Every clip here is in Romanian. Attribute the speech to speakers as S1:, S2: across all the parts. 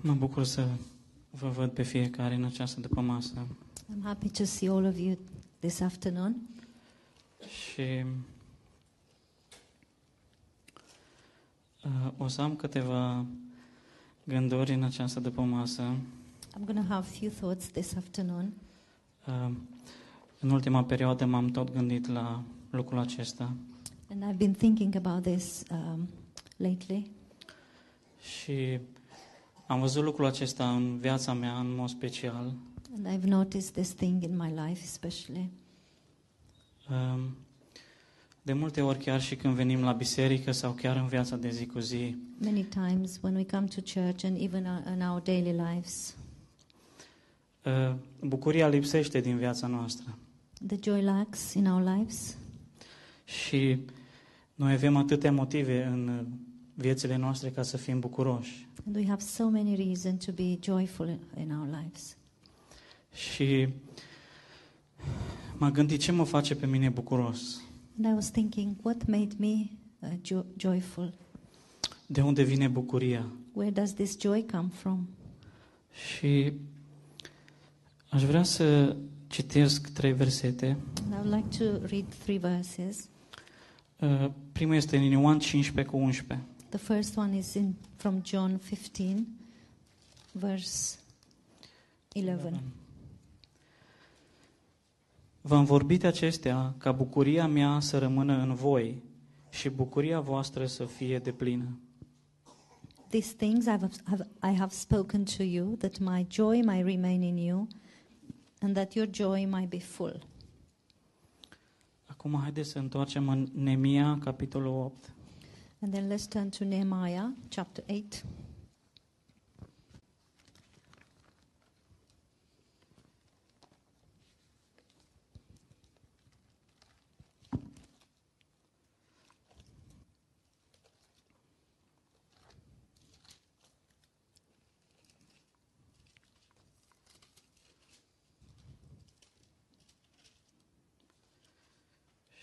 S1: Mă bucur să vă văd pe fiecare în această dupămasă
S2: I'm happy to see all of you this afternoon.
S1: și uh, o să am câteva gânduri în această dupămasă.
S2: I'm going to have a few thoughts this afternoon.
S1: Uh, în ultima perioadă m-am tot gândit la lucrul acesta
S2: And I've been thinking about this um, lately.
S1: și am văzut lucrul acesta în viața mea în mod special.
S2: And I've noticed this thing in my life, especially.
S1: Uh, de multe ori chiar și când venim la biserică sau chiar în viața de zi cu zi,
S2: Many times when we come to church and even our, in our daily lives,
S1: Uh, Bucuria lipsește din viața noastră
S2: the joy lacks in our lives.
S1: și noi avem atâtea motive în uh, viețile noastre ca să fim bucuroși.
S2: And we have so many reasons to be joyful in- in our lives.
S1: Și m-am gândit ce mă face pe mine bucuros,
S2: And I was thinking, what made me uh, jo- joyful?
S1: de unde vine bucuria.
S2: Where does this joy come from?
S1: Și aș vrea să citesc trei versete.
S2: And I would like to read three verses.
S1: Uh, Primul este în Ioan 15 cu 11.
S2: The first one is in from John 15, verse 11.
S1: V-am vorbit acestea ca bucuria mea să rămână în voi și bucuria voastră să fie de plină.
S2: These things I've, have, I have spoken to you, that my joy might remain in you, and that your joy might be full.
S1: Acum haideți să întoarcem în Nemia, capitolul 8.
S2: And then let's turn to Nehemiah chapter 8.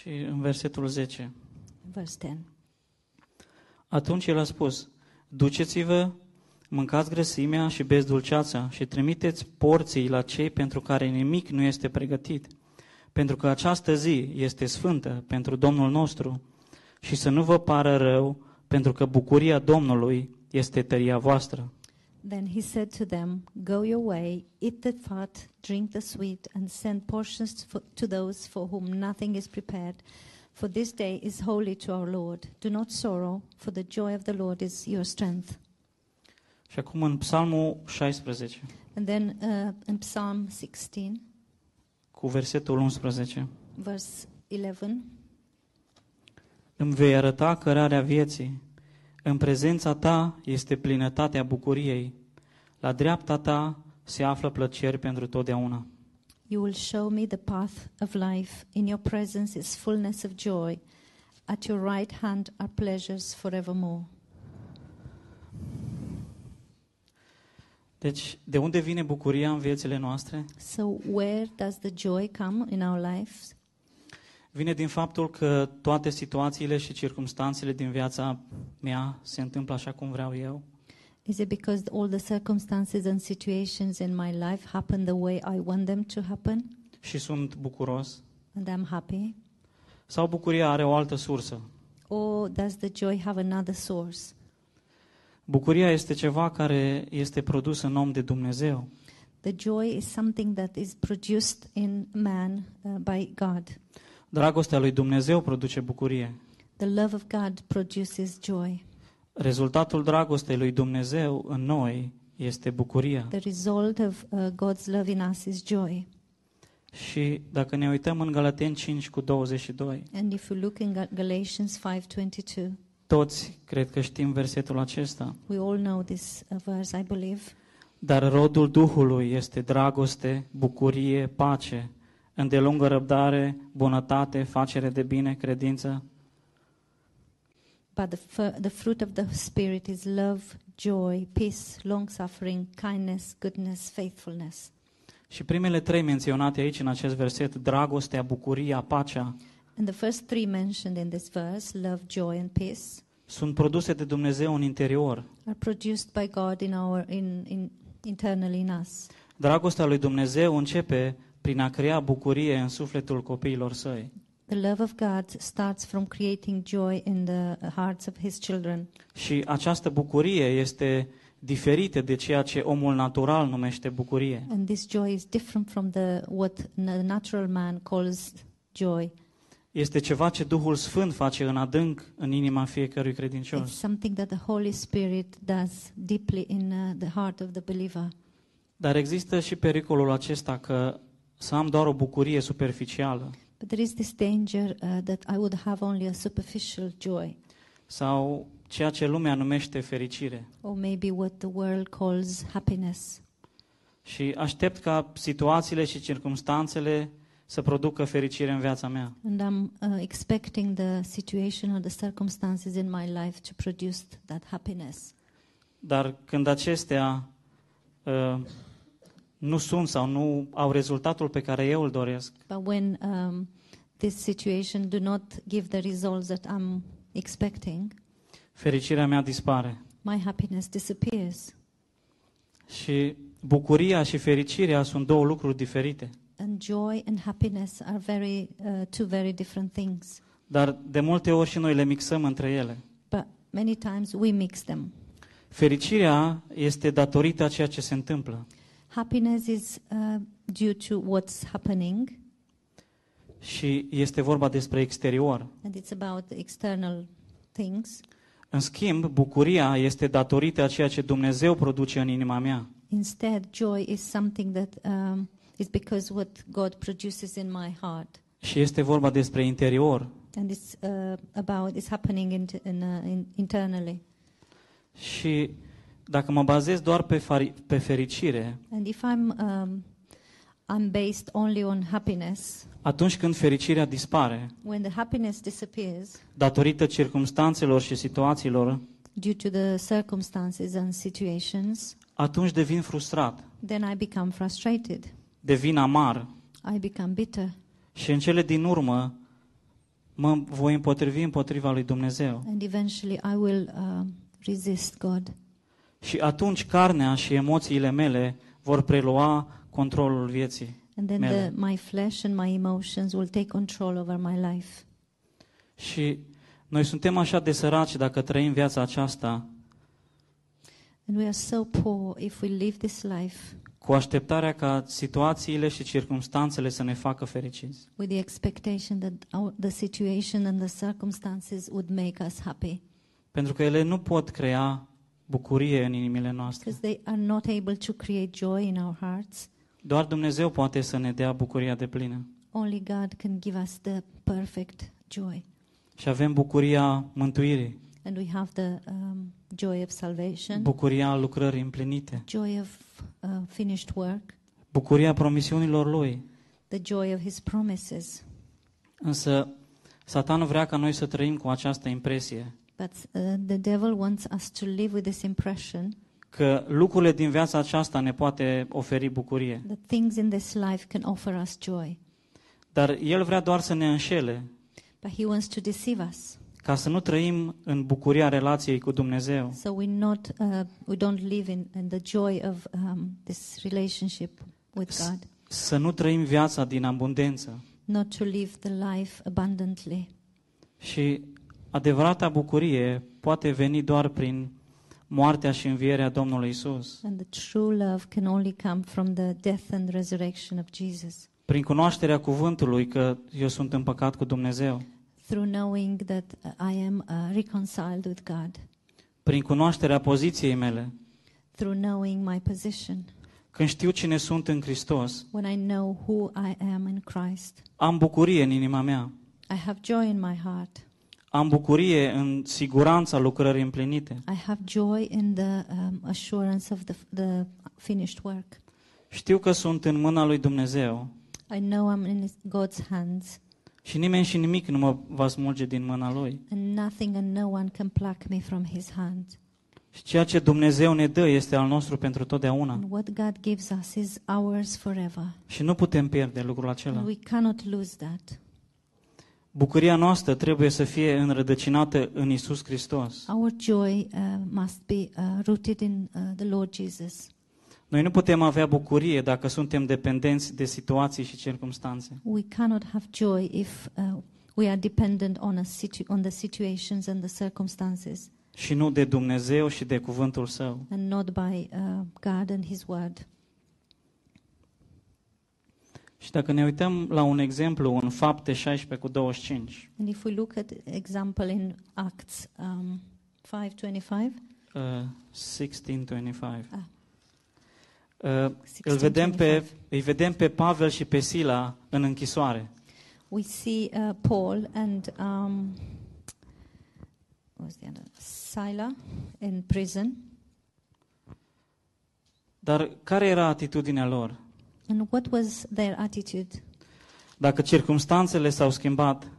S1: Și în versetul 10.
S2: Verse 10.
S1: Atunci el a spus, duceți-vă, mâncați grăsimea și beți dulceața și trimiteți porții la cei pentru care nimic nu este pregătit, pentru că această zi este sfântă pentru Domnul nostru și să nu vă pară rău, pentru că bucuria Domnului este tăria voastră.
S2: Then he said to them, Go your way, eat the fat, drink the sweet, and send portions for, to those for whom nothing is prepared. For this day is holy to our Lord. Do not sorrow, for the joy of the Lord is your strength.
S1: Și acum în Psalmul 16,
S2: And then uh, in Psalm 16,
S1: cu versetul 11.
S2: verse 11,
S1: Îmi vei arăta cărarea vieții. În prezența ta este plinătatea bucuriei. La dreapta ta se află plăceri pentru totdeauna.
S2: You will show me the path of life. In your presence is fullness of joy. At your right hand are pleasures forevermore.
S1: Deci, de unde vine bucuria în viețile noastre?
S2: So, where does the joy come in our lives?
S1: Vine din faptul că toate situațiile și circumstanțele din viața mea se întâmplă așa cum vreau eu.
S2: Is it because all the circumstances and situations in my life happen the way I want them to happen
S1: Și sunt bucuros.
S2: and I'm happy?
S1: Sau bucuria are o altă sursă?
S2: Or does the joy have another source?
S1: Bucuria este ceva care este produs în om de Dumnezeu.
S2: The joy is something that is produced in man uh, by God.
S1: Dragostea lui Dumnezeu produce bucurie.
S2: The love of God produces joy.
S1: Rezultatul dragostei lui Dumnezeu în noi este bucuria.
S2: The result of uh, God's love in us is joy.
S1: Și dacă ne uităm în Galateni 5 cu 22,
S2: And if you look in Gal- Galatians 5:22,
S1: toți cred că știm versetul acesta.
S2: we all know this uh, verse, I believe.
S1: Dar rodul Duhului este dragoste, bucurie, pace, îndelungă răbdare, bunătate, facere de bine, credință.
S2: But the, fir- the fruit of the Spirit is love, joy, peace, long suffering, kindness, goodness, faithfulness.
S1: Și primele trei menționate aici în acest verset, dragostea, bucuria, pacea,
S2: And the first three mentioned in this verse, love, joy, and peace,
S1: sunt produse de Dumnezeu în interior.
S2: are produced by God in our in, in internally in us.
S1: Dragostea lui Dumnezeu începe prin a crea bucurie în sufletul copiilor săi.
S2: The love of God starts from creating joy in the hearts of his children.
S1: Și această bucurie este diferită de ceea ce omul natural numește bucurie.
S2: And this joy is different from the what the natural man calls joy.
S1: Este ceva ce Duhul Sfânt face în adânc în inima fiecărui
S2: It's
S1: credincios.
S2: something that the Holy Spirit does deeply in uh, the heart of the believer.
S1: Dar există și pericolul acesta că să am doar o bucurie superficială
S2: But there is this danger uh, that I would have only a superficial joy,
S1: sau ceea ce lumea numește fericire.
S2: or maybe what the world calls happiness.
S1: Și aștept ca situațiile și circumstanțele să producă fericire în viața mea.
S2: And I'm uh, expecting the situation or the circumstances in my life to produce that happiness.
S1: Dar când acestea uh, nu sunt sau nu au rezultatul pe care eu îl doresc,
S2: But when um, this situation do not give the results that I'm expecting,
S1: fericirea mea dispare.
S2: my happiness disappears.
S1: Și bucuria și fericirea sunt două lucruri diferite.
S2: And joy and happiness are very uh, two very different things.
S1: Dar de multe ori și noi le mixăm între ele.
S2: But many times we mix them.
S1: Fericirea este datorită a ceea ce se întâmplă.
S2: Happiness is uh, due to what's happening,
S1: Și este vorba despre exterior.
S2: and it's about the external things.
S1: În schimb, bucuria este datorită a ceea ce Dumnezeu produce în inima mea.
S2: Instead, joy is something that um, is because what God produces in my heart,
S1: Și este vorba despre interior.
S2: and it's uh, about it's happening in, in, uh, in, internally.
S1: Și dacă mă bazez doar pe, fari- pe fericire,
S2: And if I'm um, I'm based only on happiness,
S1: atunci când fericirea dispare,
S2: when the happiness disappears
S1: datorită circumstanțelor și situațiilor,
S2: due to the circumstances and situations,
S1: atunci devin frustrat,
S2: then I become frustrated.
S1: devin amar
S2: I become bitter.
S1: și în cele din urmă mă voi împotrivi împotriva lui Dumnezeu.
S2: And eventually I will um resist God.
S1: Și atunci carnea și emoțiile mele vor prelua controlul vieții.
S2: And then
S1: Mele.
S2: the, my flesh and my emotions will take control over my life.
S1: Și noi suntem așa de săraci dacă trăim viața aceasta
S2: And we are so poor if we live this life
S1: cu așteptarea ca situațiile și circumstanțele să ne facă fericiți.
S2: with the expectation that our, the situation and the circumstances would make us happy.
S1: Pentru că ele nu pot crea bucurie în inimile noastre.
S2: Because they are not able to create joy in our hearts.
S1: Doar Dumnezeu poate să ne dea bucuria de plină.
S2: Only God can give us the perfect joy.
S1: Și avem bucuria mântuirii,
S2: And we have the um, joy of salvation,
S1: bucuria lucrării împlinite,
S2: joy of uh, finished work,
S1: bucuria promisiunilor Lui.
S2: the joy of His promises.
S1: Însă Satan vrea ca noi să trăim cu această impresie
S2: But uh, the devil wants us to live with this impression
S1: că lucrurile din viața aceasta ne poate oferi bucurie.
S2: that things in this life can offer us joy.
S1: Dar el vrea doar să ne înșele,
S2: But he wants to deceive us.
S1: ca să nu trăim în bucuria relației cu Dumnezeu,
S2: So we not uh, we don't live in, in the joy of um, this relationship with
S1: S-
S2: God,
S1: să nu trăim viața din abundență.
S2: not to live the life abundantly.
S1: Și adevărata bucurie poate veni doar prin moartea și învierea Domnului Isus,
S2: And the true love can only come from the death and resurrection of Jesus,
S1: prin cunoașterea cuvântului că eu sunt împăcat cu Dumnezeu,
S2: through knowing that uh, I am uh, reconciled with God,
S1: prin cunoașterea poziției mele,
S2: through knowing my position.
S1: când știu cine sunt în Hristos,
S2: When I know who I am in Christ,
S1: am bucurie în inima mea,
S2: I have joy in my heart.
S1: am bucurie în siguranța lucrării împlinite.
S2: I have joy in the um, assurance of the, the finished work.
S1: Știu că sunt în mâna lui Dumnezeu
S2: I know I'm in His- God's hands,
S1: și nimeni și nimic nu mă va smulge din mâna lui.
S2: and nothing and no one can pluck me from His hand.
S1: Și ceea ce Dumnezeu ne dă este al nostru pentru totdeauna.
S2: And what God gives us is ours forever.
S1: Și nu putem pierde lucrul acela.
S2: And we cannot lose that.
S1: Bucuria noastră trebuie să fie înrădăcinată în Isus Hristos.
S2: Our joy uh, must be uh, rooted in uh, the Lord Jesus.
S1: Noi nu putem avea bucurie dacă suntem dependenți de situații și circumstanțe.
S2: We cannot have joy if uh, we are dependent on, a situ- on the situations and the circumstances
S1: Și nu de Dumnezeu și de cuvântul Său.
S2: and not by uh, God and His Word.
S1: Și dacă ne uităm la un exemplu în fapte 16 cu 25,
S2: And if we look at example in Acts um, 5.25,
S1: Uh, 1625.
S2: Ah.
S1: Uh, îl vedem pe,
S2: 16:25,
S1: îi vedem pe Pavel și pe Sila în închisoare.
S2: we see uh, Paul and um, what was the other? Sila in prison.
S1: Dar care era atitudinea lor?
S2: And what was their attitude?
S1: Dacă circumstanțele s-au schimbat,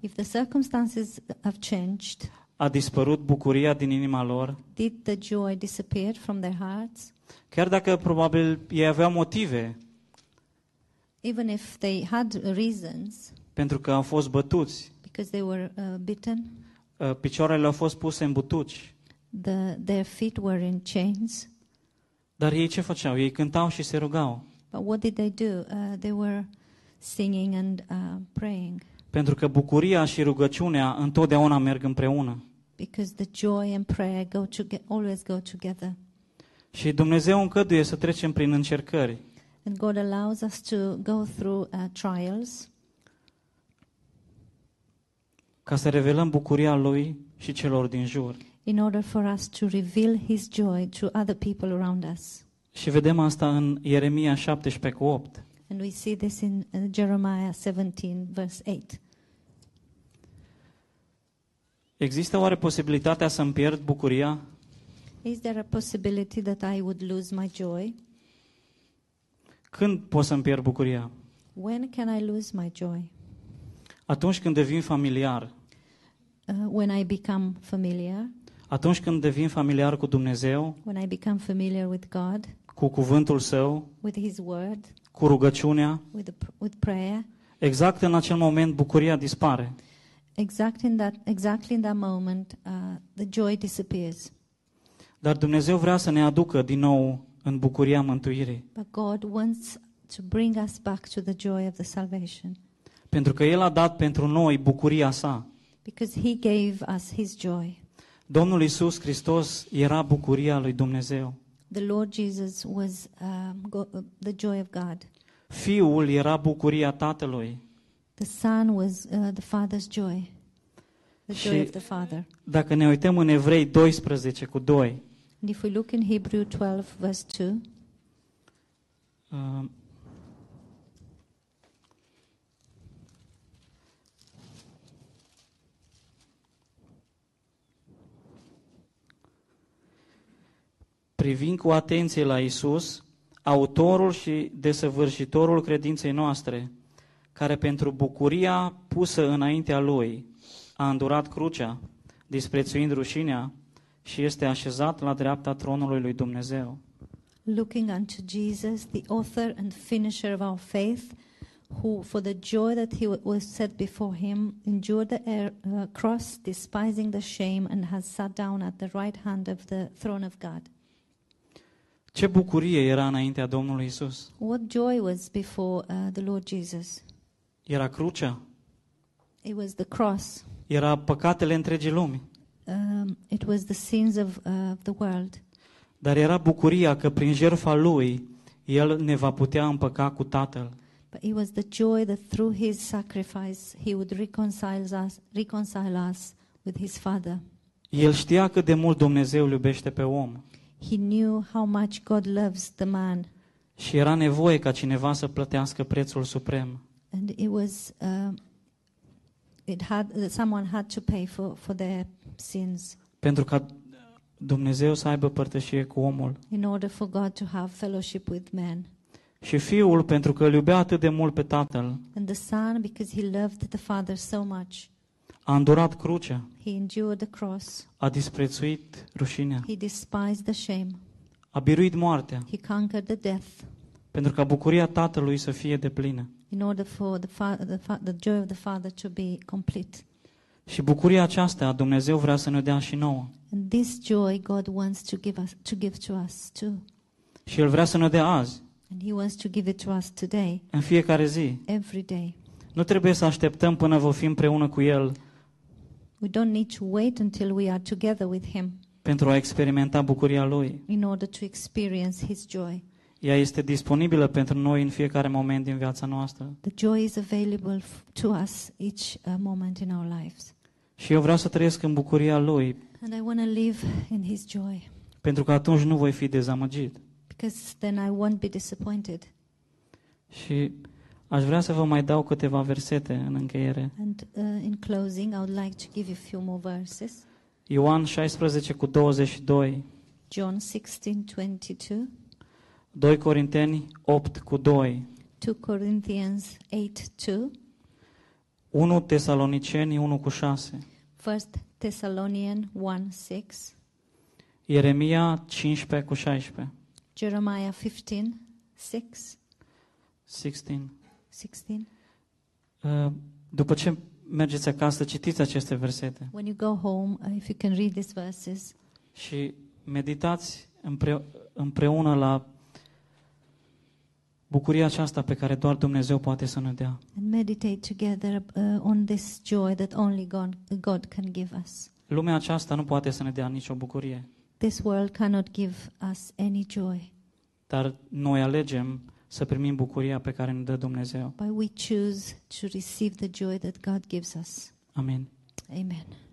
S2: If the circumstances have changed,
S1: a dispărut bucuria din inima lor,
S2: did the joy disappear from their hearts?
S1: chiar dacă probabil ei aveau motive,
S2: Even if they had reasons,
S1: pentru că au fost bătuți,
S2: because they were uh, beaten,
S1: uh, picioarele au fost puse în butuci.
S2: the, their feet were in chains.
S1: Dar ei ce făceau? Ei cântau și se rugau,
S2: But what did they do? Uh, they were singing and uh, praying
S1: pentru că bucuria și rugăciunea întotdeauna merg împreună.
S2: because the joy and prayer go toge- always go together.
S1: Și Dumnezeu încăduie să trecem prin încercări,
S2: And God allows us to go through uh, trials
S1: ca să revelăm bucuria Lui și celor din jur.
S2: in order for us to reveal His joy to other people around us.
S1: Și vedem asta în Ieremia 17 cu 8.
S2: And we see this in uh, Jeremiah 17, verse 8.
S1: Există oare posibilitatea să-mi pierd bucuria?
S2: Is there a possibility that I would lose my joy?
S1: Când pot să-mi pierd bucuria?
S2: When can I lose my joy?
S1: Atunci când devin familiar.
S2: Uh, when I become familiar,
S1: Atunci când devin familiar cu Dumnezeu,
S2: when I become familiar with God,
S1: cu cuvântul Său,
S2: with His Word,
S1: cu rugăciunea,
S2: with, the, pr- with prayer.
S1: exact în acel moment bucuria dispare.
S2: Exact in that, exactly in that moment, uh, the joy disappears.
S1: Dar Dumnezeu vrea să ne aducă din nou în bucuria mântuirii.
S2: But God wants to bring us back to the joy of the salvation
S1: Pentru că El a dat pentru noi bucuria sa.
S2: because He gave us His joy.
S1: Domnul Isus Hristos era bucuria lui Dumnezeu.
S2: The Lord Jesus was um, go- uh, the joy of God.
S1: Fiul era bucuria Tatălui.
S2: The Son was uh, the Father's joy, the joy
S1: Și-
S2: of the Father.
S1: Dacă ne uităm în Evrei 12 cu 2,
S2: And if we look in Hebrew 12, verse 2,
S1: uh, privind cu atenție la Isus, autorul și desăvârșitorul credinței noastre, care pentru bucuria pusă înaintea lui a îndurat crucea, disprețuind rușinea și este așezat la dreapta tronului lui Dumnezeu.
S2: Looking unto Jesus, the author and finisher of our faith, who, for the joy that he wa- was set before him, endured the air, uh, cross, despising the shame, and has sat down at the right hand of the throne of God.
S1: Ce bucurie era înaintea Domnului Isus?
S2: What joy was before uh, the Lord Jesus?
S1: Era crucea,
S2: It was the cross.
S1: era păcatele întregii lumi,
S2: Um, it was the sins of uh, the world,
S1: dar era bucuria că prin jertfa lui el ne va putea împăca cu Tatăl.
S2: but it was the joy that through his sacrifice he would reconcile us, reconcile us with his Father.
S1: El știa cât de mult Dumnezeu îl iubește pe om
S2: He knew how much God loves the man,
S1: și era nevoie ca cineva să plătească prețul suprem.
S2: and it was um it had that someone had to pay for for their sins
S1: pentru ca Dumnezeu să aibă părtășie cu omul.
S2: in order for God to have fellowship with men,
S1: Și fiul, pentru că îl iubea atât de mult pe tatăl,
S2: and the Son because he loved the Father so much,
S1: a îndurat crucea,
S2: he endured the cross,
S1: a disprețuit rușinea,
S2: he despised the shame,
S1: a biruit moartea,
S2: he conquered the death
S1: pentru ca bucuria tatălui să fie deplină.
S2: in order for the, fa- the, fa- the joy of the Father to be complete.
S1: Și bucuria aceasta Dumnezeu vrea să ne dea și nouă.
S2: And this joy God wants to give us to give to us too.
S1: Și El vrea să ne dea azi,
S2: And He wants to give it to us today,
S1: în fiecare zi.
S2: every day.
S1: Nu trebuie să așteptăm până vom fi împreună cu El
S2: We don't need to wait until we are together with Him
S1: pentru a experimenta bucuria Lui.
S2: in order to experience His joy.
S1: Ea este disponibilă pentru noi în fiecare moment din viața noastră.
S2: The joy is available f- to us each uh, moment in our lives.
S1: Și eu vreau să trăiesc în bucuria Lui,
S2: And I want to live in His joy
S1: pentru că atunci nu voi fi dezamăgit.
S2: because then I won't be disappointed.
S1: Și aș vrea să vă mai dau câteva versete în încheiere.
S2: And uh, in closing, I would like to give you a few more verses.
S1: Ioan 16 cu 22,
S2: John 16:22,
S1: 2 Corinteni 8 cu 2,
S2: 2 Corinthians 8:2,
S1: 1 Tesaloniceni 1 cu 6,
S2: 1 Thessalonians 1:6,
S1: Ieremia 15 cu 16,
S2: Jeremiah 15:6,
S1: 16.
S2: 16.
S1: Uh, După ce mergeți acasă, citiți aceste versete
S2: When you go home, uh, if you can read these verses
S1: și meditați împre- împreună la bucuria aceasta pe care doar Dumnezeu poate să ne dea.
S2: and meditate together uh, on this joy that only God, God can give us.
S1: Lumea aceasta nu poate să ne dea nicio bucurie,
S2: This world cannot give us any joy,
S1: dar noi alegem să primim bucuria pe care ne dă Dumnezeu.
S2: but we choose to receive the joy that God gives us.
S1: Amin.
S2: Amen.